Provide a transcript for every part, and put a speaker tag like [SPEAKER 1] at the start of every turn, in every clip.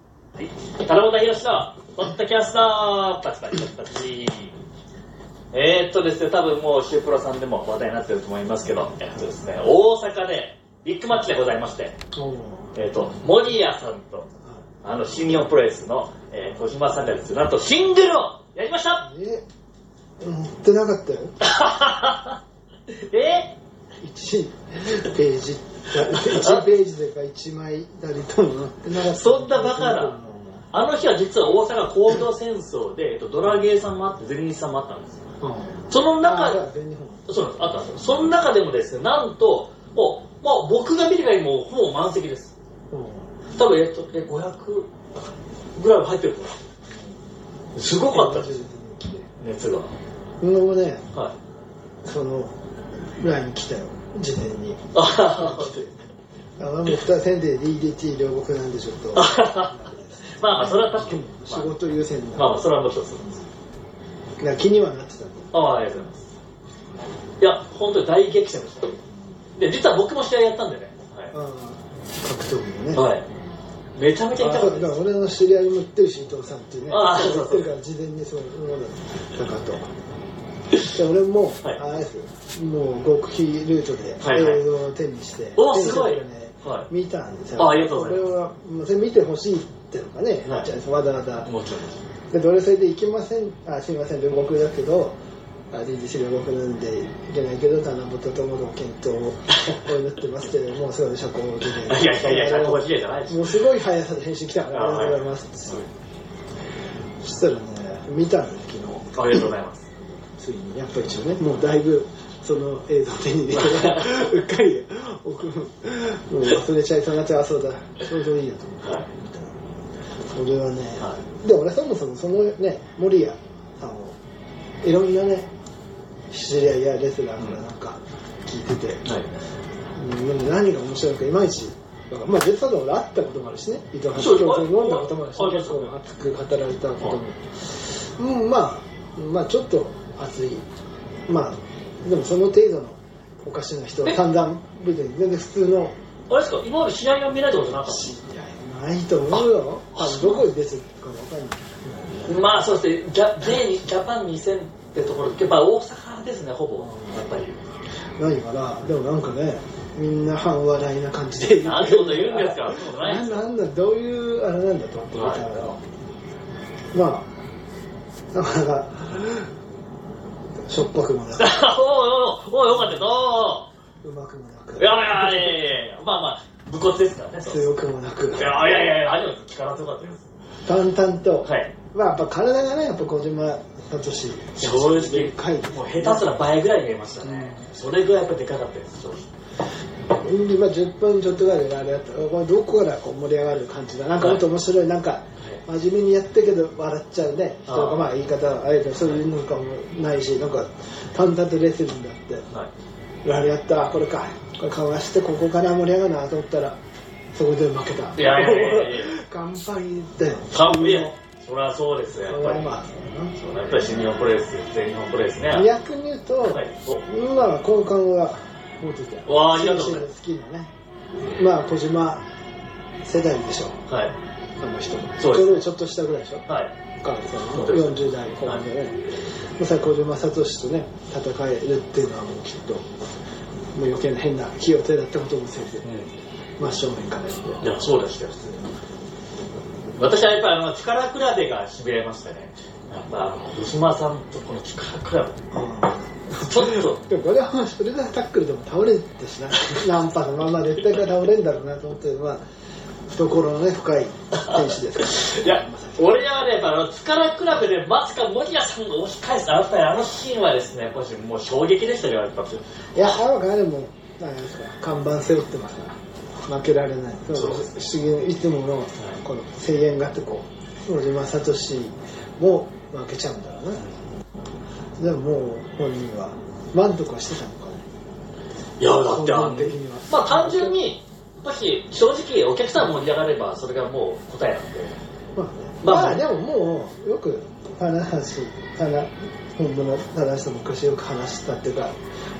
[SPEAKER 1] 七夕ひろしのポッドキャストパチパチパチパチえー、っとですね多分もうシュープロさんでも話題になってると思いますけどえっとですね大阪でビッグマッチでございまして
[SPEAKER 2] おー
[SPEAKER 1] えっと守谷さんとあの新日本プロレスの、えー小島さんがですねなんとシングルをやりました
[SPEAKER 2] えうん言ってなかったよ
[SPEAKER 1] え
[SPEAKER 2] 1ページ1ページでか1枚だりともなってなかった
[SPEAKER 1] そんなバカなあの日は実は大阪工業戦争で、えっと、ドラゲーさんもあって全日さんもあったんですよ
[SPEAKER 2] うん
[SPEAKER 1] その中で
[SPEAKER 2] あ全日本
[SPEAKER 1] そうなんです、あったんですよ。その中でもですね、なんと、もう、まあ、僕が見る限りもうほぼ満席です。
[SPEAKER 2] うん
[SPEAKER 1] 多分、えっと、え500ぐらいは入ってると思う。すごかったです、熱が。
[SPEAKER 2] 俺もね
[SPEAKER 1] はい。
[SPEAKER 2] そのライン来たよ事前に
[SPEAKER 1] あはは
[SPEAKER 2] あの僕とはせんで DDT 両国なんでちょっと
[SPEAKER 1] あははまあまあ、それは確かに。
[SPEAKER 2] 仕事優先
[SPEAKER 1] まあ、まあ
[SPEAKER 2] な
[SPEAKER 1] まあ、それはもちろんそうです。
[SPEAKER 2] な気にはなってたんだ
[SPEAKER 1] ああ、ありがとうございます。いや、本当に大激戦でした。で、実は僕も試合やったんでね。は
[SPEAKER 2] うん格闘技
[SPEAKER 1] い。
[SPEAKER 2] のね
[SPEAKER 1] はい。めちゃめちゃ痛か
[SPEAKER 2] そ
[SPEAKER 1] っ
[SPEAKER 2] う
[SPEAKER 1] たで
[SPEAKER 2] だか
[SPEAKER 1] す
[SPEAKER 2] ら。俺の知り合いも言ってるし伊藤さんっていうね
[SPEAKER 1] あそう
[SPEAKER 2] 言
[SPEAKER 1] そう
[SPEAKER 2] っ
[SPEAKER 1] そ
[SPEAKER 2] て
[SPEAKER 1] う
[SPEAKER 2] るから事前にそういうものだったかとで俺も、
[SPEAKER 1] はい
[SPEAKER 2] あれですよもう極秘ルートで
[SPEAKER 1] はいはい
[SPEAKER 2] 映像を手にして、
[SPEAKER 1] おすごい
[SPEAKER 2] 手にしてね
[SPEAKER 1] はい
[SPEAKER 2] 見たんですよ
[SPEAKER 1] あありがとうございます
[SPEAKER 2] 俺はもうそれ見てほしいってのかね、
[SPEAKER 1] はい
[SPEAKER 2] じゃあわざわざ
[SPEAKER 1] もちろん。
[SPEAKER 2] でどれそれで行けませんあすいません両国だけどあ DDC 両国なんで行けないけど七夕ともの検 討を祈ってますけどもうすごい社交を受けて
[SPEAKER 1] いやいやいや、150円じゃないです。
[SPEAKER 2] もうすごい速さで返信来たから、ありがとうございますって
[SPEAKER 1] はい
[SPEAKER 2] そしたらね、見たのよ、昨日、
[SPEAKER 1] ありがとうございます。
[SPEAKER 2] ついに、やっぱ一応ね、もうだいぶ、その映像を手に入れて、うっかり、僕もう忘れちゃいそうになっちゃう、あそうだ、ちょうどいいやと思って、
[SPEAKER 1] はい。
[SPEAKER 2] 見たら俺はね、
[SPEAKER 1] は
[SPEAKER 2] で、俺そもそも、そのね、守谷さんを、いろんなね、知り合いやレスラーからなんか聞いてて、
[SPEAKER 1] はい。
[SPEAKER 2] うんでも何が面白いのかいまいち、まあ、実際で俺会ったこともあるしね、伊藤
[SPEAKER 1] そうです
[SPEAKER 2] 橋教授に飲んだこともあるし、
[SPEAKER 1] はい
[SPEAKER 2] 結構熱く語られたことも、うん、まあ、まあ、ちょっと熱い、まあ、でもその程度のおかしな人は散々出て、全然普通の、
[SPEAKER 1] あれですか、今まで試合が見られたことなかっ
[SPEAKER 2] いや、ないと思うよ、あのどこに出てるか分かんない。
[SPEAKER 1] たまあそうですね、ジャ全員ジャパン2000ってところ、やっぱ大阪ですね、ほぼ、やっぱり。
[SPEAKER 2] ないから、でもなんかね、みんな半笑いな感じで
[SPEAKER 1] なんてこと言うんですか、そうないで
[SPEAKER 2] な
[SPEAKER 1] す
[SPEAKER 2] なんだどういうあれなんだと思って見たら、
[SPEAKER 1] は
[SPEAKER 2] まあなかなかしょっぱくもなく
[SPEAKER 1] か。おうおうおうよかったです。お
[SPEAKER 2] うまくもな
[SPEAKER 1] うい
[SPEAKER 2] く
[SPEAKER 1] やいやいやいやいや、まあまあ、武骨ですからね。そう
[SPEAKER 2] 強くもなく
[SPEAKER 1] いやいやいやいや、あれは力強かったです。
[SPEAKER 2] 淡々と、
[SPEAKER 1] はい。
[SPEAKER 2] まあやっぱ体がねやっぱ小島聡志
[SPEAKER 1] 正
[SPEAKER 2] でかい
[SPEAKER 1] 直、もう下手す
[SPEAKER 2] ら
[SPEAKER 1] ら倍ぐらい見えましたね。それぐらいやっぱでかかったです、正直。
[SPEAKER 2] 今10分ちょっとぐらいであれやったこれどこからこう盛り上がる感じだなんかもっと面白いなんか真面目にやったけど笑っちゃうね人
[SPEAKER 1] あー
[SPEAKER 2] がまあ言い方はあれだけどそういうのかもないしなんか淡々とレスリングだって
[SPEAKER 1] はい。
[SPEAKER 2] あれやったこれかこれかわしてここから盛り上がるなと思ったらそこで負けた
[SPEAKER 1] いやいやいやいや
[SPEAKER 2] 乾杯だよ
[SPEAKER 1] 完璧。そりゃそうですよ、やっぱり。
[SPEAKER 2] まあ
[SPEAKER 1] そうやっぱり新日本プロレス、全日本プロレスね。
[SPEAKER 2] まあ逆に言うと、
[SPEAKER 1] はいお
[SPEAKER 2] 今は好感が持てて
[SPEAKER 1] わあありがとうございま
[SPEAKER 2] 好きなねまあ小島世代でしょ
[SPEAKER 1] はい。
[SPEAKER 2] あの人も
[SPEAKER 1] そうです
[SPEAKER 2] れよりちょっと下ぐらいでしょ
[SPEAKER 1] はい。
[SPEAKER 2] 川辺さん
[SPEAKER 1] そう
[SPEAKER 2] の
[SPEAKER 1] です
[SPEAKER 2] 40代後半でね、まさに小島聡とね戦えるっていうのはもうきっともう余計な変な気を手だったこともせず、真正面からして
[SPEAKER 1] いや、そうでしたよ。私はやっぱりあの、力比べが痺れましたね。やっぱ、あの、吉間さんとこの力比べ。ちょっと、
[SPEAKER 2] でもこれはもうそれでタックルでも倒れて しなナンパのまま絶対から倒れんだろうなと思ってまあ懐のね深い選手です
[SPEAKER 1] いや、俺はね、やっぱあの、力比べでまさか森谷さんが押し返す、やっぱりあのシーンはですね、やっぱりもう衝撃でしたよ、やっぱ。
[SPEAKER 2] いや原がでもなんですか看板背負ってますから負けられないそう
[SPEAKER 1] そう
[SPEAKER 2] 不思議いつものこの声援があってこう小島聡も負けちゃうんだろうなでももう本人は満足はしてたのかね
[SPEAKER 1] いや、だってあの
[SPEAKER 2] 本人的には
[SPEAKER 1] まあ単純に、やっぱし、正直お客さん盛り上がれば、それがもう答えなんで。
[SPEAKER 2] まあね、
[SPEAKER 1] ま
[SPEAKER 2] ま
[SPEAKER 1] あ
[SPEAKER 2] あ、でももうよく話話本物の話と昔よく話したっていうか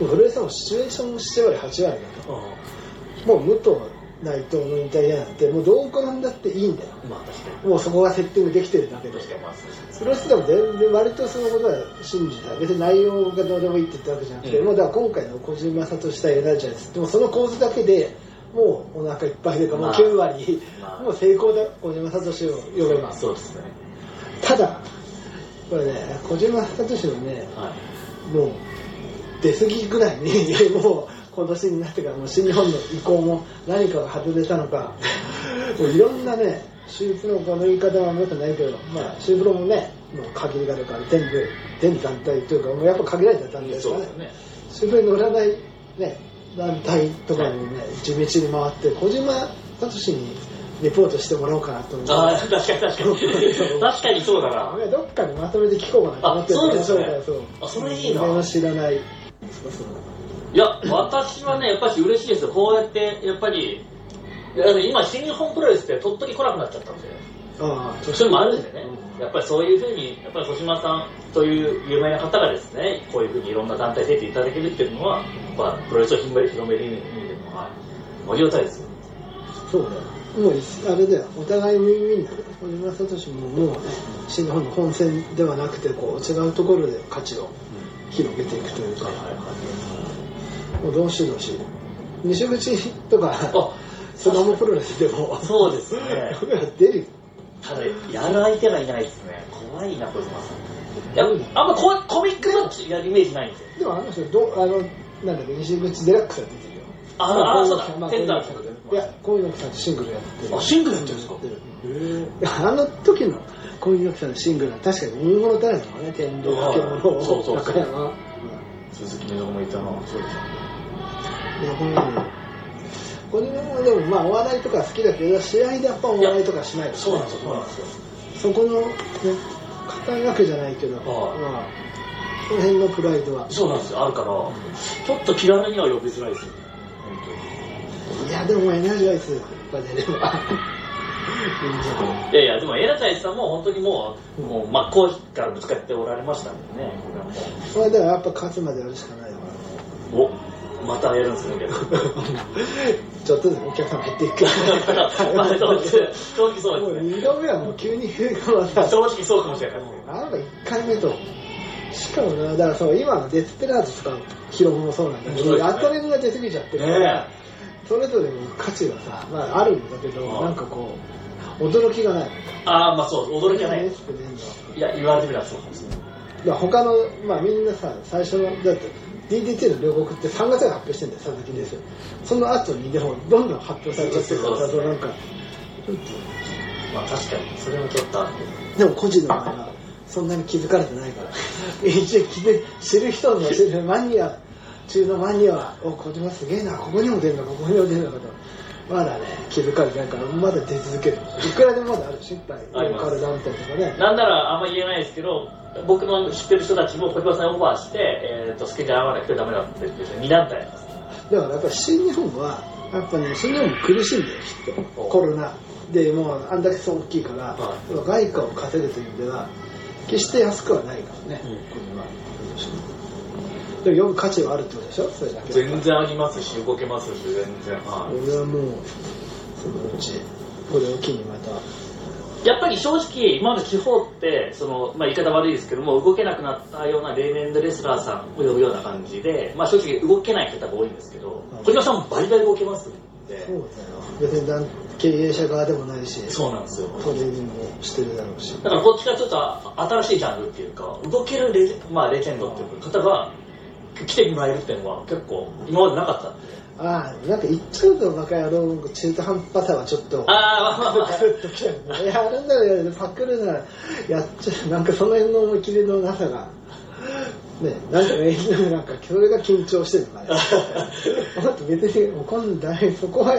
[SPEAKER 2] もう古江さんもシチュエーション7割8割だ
[SPEAKER 1] うん
[SPEAKER 2] ともう武藤内藤の引退だなんてもうどう転んだっていいんだよ
[SPEAKER 1] まあ確かに
[SPEAKER 2] もうそこがセッティングできてるだけで
[SPEAKER 1] 確かにまあそうですね
[SPEAKER 2] それをしても全然割とそのことは信じた別に内容がどうでもいいって言ったわけじゃなくて、
[SPEAKER 1] うん
[SPEAKER 2] もうだから今回の小島さとしたエナジャイズでもその構図だけでもうお腹いっぱいでかもう
[SPEAKER 1] まあ
[SPEAKER 2] 9割、
[SPEAKER 1] まあ
[SPEAKER 2] もう成功だ小島さとしを呼べば
[SPEAKER 1] そうですね
[SPEAKER 2] ただこれね小島さとしのね
[SPEAKER 1] はい
[SPEAKER 2] もう出過ぎぐらいに もうこの年になってからもう新日本の意向も何かが外れたのか もういろんなねシュープロこの言い方は良くないけど、まあ、シュープロもねもう限りがあるから全部全団体というかもうやっぱ限られた団体です
[SPEAKER 1] そ
[SPEAKER 2] か
[SPEAKER 1] う
[SPEAKER 2] ね
[SPEAKER 1] ですよね
[SPEAKER 2] シュープロに乗らない、ね、団体とかにね地道に回って小島聡にレポートしてもらおうかなと思って
[SPEAKER 1] ああ確かに確か に確かにそうだな
[SPEAKER 2] どっかにまとめて聞こうかなと思って
[SPEAKER 1] あそうですね
[SPEAKER 2] だからそう
[SPEAKER 1] あそれいいな
[SPEAKER 2] 俺の知らないそうそう
[SPEAKER 1] いや、私はね、やっぱり嬉しいですよ。こうやって、やっぱり、いや今、新日本プロレスって鳥取来なくなっちゃったんで、
[SPEAKER 2] ああ
[SPEAKER 1] それもあるんでね、やっぱりそういうふうに、やっぱり小島さんという有名な方がですね、こういうふうにいろんな団体に出ていただけるっていうのは、まあ、プロレスを広める、広める意味でも、はい、ありがたいですよ。
[SPEAKER 2] そうだよもういあれだよお互いウィンウィンだよ小島聡ももうね新日本の本戦ではなくてこう違うところで価値を広げていくというか、もうどうしどうし西口と か
[SPEAKER 1] あ
[SPEAKER 2] スガモプロレスでも
[SPEAKER 1] そうですね
[SPEAKER 2] 僕ら出るよ
[SPEAKER 1] ただ、やる相手がいないですね。怖いな、小島さん。いやあんまココミックマッチやるイメージないんですよ。
[SPEAKER 2] でもあの人どあのなんだっけ西口デラックスは出てるよ
[SPEAKER 1] あ
[SPEAKER 2] ま
[SPEAKER 1] あ、
[SPEAKER 2] こ
[SPEAKER 1] そう
[SPEAKER 2] いの
[SPEAKER 1] だ、
[SPEAKER 2] まあ
[SPEAKER 1] テンダー
[SPEAKER 2] こ
[SPEAKER 1] さ
[SPEAKER 2] ういうんのいや、こういうのさんとシングルやってる。
[SPEAKER 1] あシングルやってるんですか
[SPEAKER 2] やあの時のこういうのさんのシングルは確かに大物だらけだもんね、天童
[SPEAKER 1] はい
[SPEAKER 2] 獣
[SPEAKER 1] そうそうそう
[SPEAKER 2] 中山。
[SPEAKER 1] 鈴木みのもいたな、そうですね。
[SPEAKER 2] いや、この、これもでもまあお笑いとか好きだけど、試合でやっぱお笑いとかしない
[SPEAKER 1] そうなんですよ、そうなんですよ。
[SPEAKER 2] そこの、ね、硬いわけじゃないけど、ま
[SPEAKER 1] はい
[SPEAKER 2] あ、その辺のプライドは。
[SPEAKER 1] そうなんですよ、あるから、ちょっと気軽には呼びづらいですよね。
[SPEAKER 2] いや、でもエナジャイズが出れ ば、いいんじゃない
[SPEAKER 1] いやいや、でも、エラタイさんも本当にもう、もう真っ向からぶつかっておられましたもんね。
[SPEAKER 2] それではやっぱ勝つまでやるしかないよな。
[SPEAKER 1] おまたやるんですね、けど。
[SPEAKER 2] ちょっとずつお客さん減っていく
[SPEAKER 1] まあ、そうです。正直そう
[SPEAKER 2] もう
[SPEAKER 1] ですね。
[SPEAKER 2] 2度目はもう急に冬がさ、
[SPEAKER 1] 正直そうかもしれないですね。
[SPEAKER 2] あんか1回目と、しかもな、だからそう今のデスペラーズとか記録もそうなんだけ
[SPEAKER 1] そう
[SPEAKER 2] ど、
[SPEAKER 1] ですね
[SPEAKER 2] アトレンが出過ぎちゃってるから、それぞれの価値がさ、まあ、あるんだけど、
[SPEAKER 1] はい
[SPEAKER 2] なんかこう、驚きがない。
[SPEAKER 1] ああ、まあそう、驚きはない
[SPEAKER 2] デ。スペ出んの
[SPEAKER 1] いや、言われてみればそうかもしれない。
[SPEAKER 2] だから他の、まあ、みんなさ、最初の、だって、DDT の両国って3月に発表してんだよ、佐々木ですよ。その後に、でも、どんどん発表されちゃってるからさ、
[SPEAKER 1] そうですね
[SPEAKER 2] なんか、
[SPEAKER 1] まあ確かに、それもちょっとあるけど。
[SPEAKER 2] でも個人の場合はそんなに気づかれてないから一応気づ知る人の知るマニア中のマニアは「お小島すげえなここにも出るのここにも出るのか」とまだね気づかれてないからまだ出続けるいくらでもまだある失敗
[SPEAKER 1] あります
[SPEAKER 2] カルダウンタウンとかね
[SPEAKER 1] なんならあんま言えないですけど、僕の知ってる人たちも小島さんにオファーして、えー、とスケジュール合わなくてダメだって言って、2団体あります。
[SPEAKER 2] だからやっぱり新日本はやっぱね新日本も苦しいんだよきっと
[SPEAKER 1] お
[SPEAKER 2] コロナでもうあんだけそう大きいから、
[SPEAKER 1] は
[SPEAKER 2] 外貨を稼ぐという意味では決して安くはないからね、
[SPEAKER 1] うん
[SPEAKER 2] これはでもよく価値はあるってことでしょそれだけ
[SPEAKER 1] 全然ありますし、動けますし、全然。は
[SPEAKER 2] 俺はもうそのうちこれを機にまた
[SPEAKER 1] い、やっぱり正直、今の地方って、そのまあ、言い方悪いですけども、動けなくなったような例年のレスラーさんを呼ぶような感じで、まあ、正直動けない方が多いんですけど
[SPEAKER 2] うん、
[SPEAKER 1] 小島さんもバリバリ動けますんで
[SPEAKER 2] そ、うだよ別になん経営者側でもないし
[SPEAKER 1] そうなんですよ。
[SPEAKER 2] トレーニングもしてるだろうし
[SPEAKER 1] だからこっちがちょっと新しいジャンルっていうか、動けるレジ,、まあ、レジェンドっていう方が来てもらえるっていうのは結構今までなかったんで。
[SPEAKER 2] ああなんか言っちゃうとバカ野郎中途半端さはちょっと
[SPEAKER 1] ああ、まあまあまあ
[SPEAKER 2] クッときちゃうね。やるならやる、パクるならやっちゃう。なんかその辺の思い切りのなさが。ね、なんかね、なんかそれが緊張してるのかね。もっと別に怒んない、そこは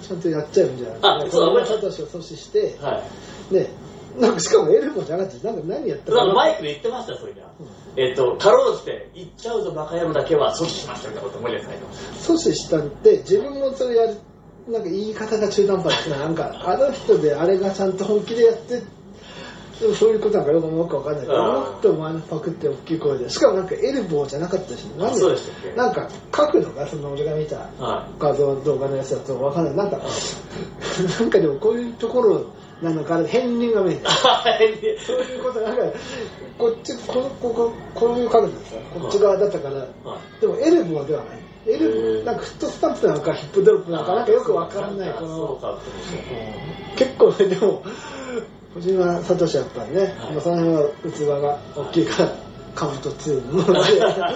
[SPEAKER 2] ちゃんとやっちゃうんじゃない
[SPEAKER 1] あそう
[SPEAKER 2] 俺サトシを阻止して、
[SPEAKER 1] はい。
[SPEAKER 2] ね、なんかしかもエルボじゃなくて、なんか何やった
[SPEAKER 1] なんか
[SPEAKER 2] か。
[SPEAKER 1] マイクで言ってましたよ、それが。えっ、と、かろうじて、行っちゃうぞ、バカ野郎だけは阻止しましたみたいなこと思い出さないと。
[SPEAKER 2] 阻止したって、自分もそれやる、なんか言い方が中途半端だな。なんか、あの人であれがちゃんと本気でやって、でもそういうことなんかよくよくわかんないけど、
[SPEAKER 1] うん
[SPEAKER 2] もっとお前のパクって大きい声で、しかもなんかエルボーじゃなかったし、なん
[SPEAKER 1] あそうでしたっけ
[SPEAKER 2] なんか角度が、その俺が見た
[SPEAKER 1] は
[SPEAKER 2] 画像、動画のやつだとわかんない。なんか、なんかでもこういうところなのかな、片鱗が見えた。
[SPEAKER 1] い。
[SPEAKER 2] そういうことなんか、こっち、この、ここ、こういう角度でさ、こっち側だったから、
[SPEAKER 1] はい
[SPEAKER 2] でもエルボーではない。エ
[SPEAKER 1] へ
[SPEAKER 2] ル
[SPEAKER 1] ー
[SPEAKER 2] なんかフットスタンプなのかヒップドロップなのかなんかよくわからない
[SPEAKER 1] あ
[SPEAKER 2] この
[SPEAKER 1] そうか、そうか。
[SPEAKER 2] 結構ねでも小島聡はやっぱりね、
[SPEAKER 1] はい
[SPEAKER 2] まあその辺は器が大きいから、かぶと強いも のでそこをなんかバ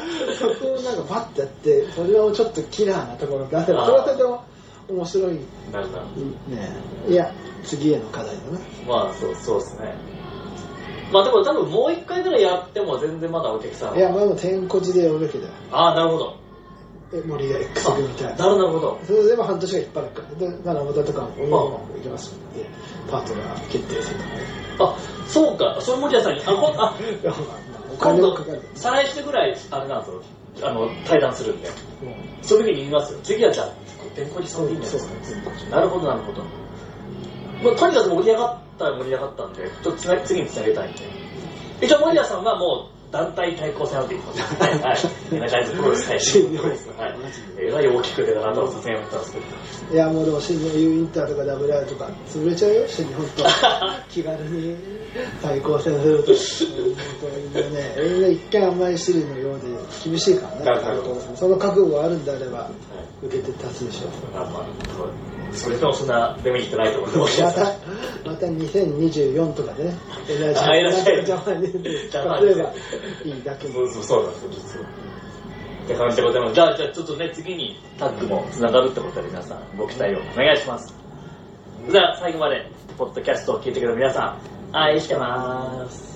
[SPEAKER 2] ッてやってそれをちょっとキラーなところ出せば
[SPEAKER 1] あー
[SPEAKER 2] それはとても面白いね
[SPEAKER 1] なるなる。
[SPEAKER 2] いや次への課題だな
[SPEAKER 1] まあ、そう、そうですね。まあでも多分もう一回ぐらいやっても全然まだお客さん
[SPEAKER 2] いやまあでも天こじでやるべきだよ
[SPEAKER 1] ああ、なるほど。
[SPEAKER 2] え森が X
[SPEAKER 1] あ
[SPEAKER 2] 組みたい
[SPEAKER 1] な
[SPEAKER 2] な
[SPEAKER 1] るなるほど。
[SPEAKER 2] それでも半年が引っ張るからで七夕とかもも行きますのでパートナー決定するとかね
[SPEAKER 1] あ、そうか。それ森田さんに、あ、こんあ
[SPEAKER 2] いやまあまあお
[SPEAKER 1] 今
[SPEAKER 2] 金
[SPEAKER 1] 度
[SPEAKER 2] もかかる、
[SPEAKER 1] 再来週ぐらい、あれなんですよ。あの、対談するんで。
[SPEAKER 2] もう
[SPEAKER 1] そういう時に言いますよ。次はじゃあ、天候にさんでいいんじゃないですか。なるほど、なるほど。まあ、とにかく盛り上がったら盛り上がったんで、ちょっとつな次につなげたいんで。一応、森田さんはもう団体対抗戦なんていうこと で、はい。エナジャイズプロレス対
[SPEAKER 2] シ
[SPEAKER 1] 戦
[SPEAKER 2] ニア
[SPEAKER 1] です。はい。えらい大きく出たなと、さすがに思ったんですけど。
[SPEAKER 2] いやもうでも新日本 U インターとか WR とか潰れちゃうよ新日本と気軽に対抗戦すると本当にねみんな一見甘い汁のようで厳しいからね
[SPEAKER 1] なるほど
[SPEAKER 2] 対抗戦その覚悟があるんであれば受けて立つでしょう
[SPEAKER 1] まあまあ、それでもそんなデメリットないと思ってま
[SPEAKER 2] ます
[SPEAKER 1] けど。
[SPEAKER 2] たまた2024とかでねエナジ
[SPEAKER 1] あエナジー
[SPEAKER 2] ージャパンに使ってればいいだけ
[SPEAKER 1] そうそうそうなんですよ、実は。って感じでございます。じゃあ、じゃあちょっとね、次にタッグもつながるってことで皆さん、ご期待をお願いします。じゃあ、最後まで、ポッドキャストを聞いてくれた皆さん、愛してます。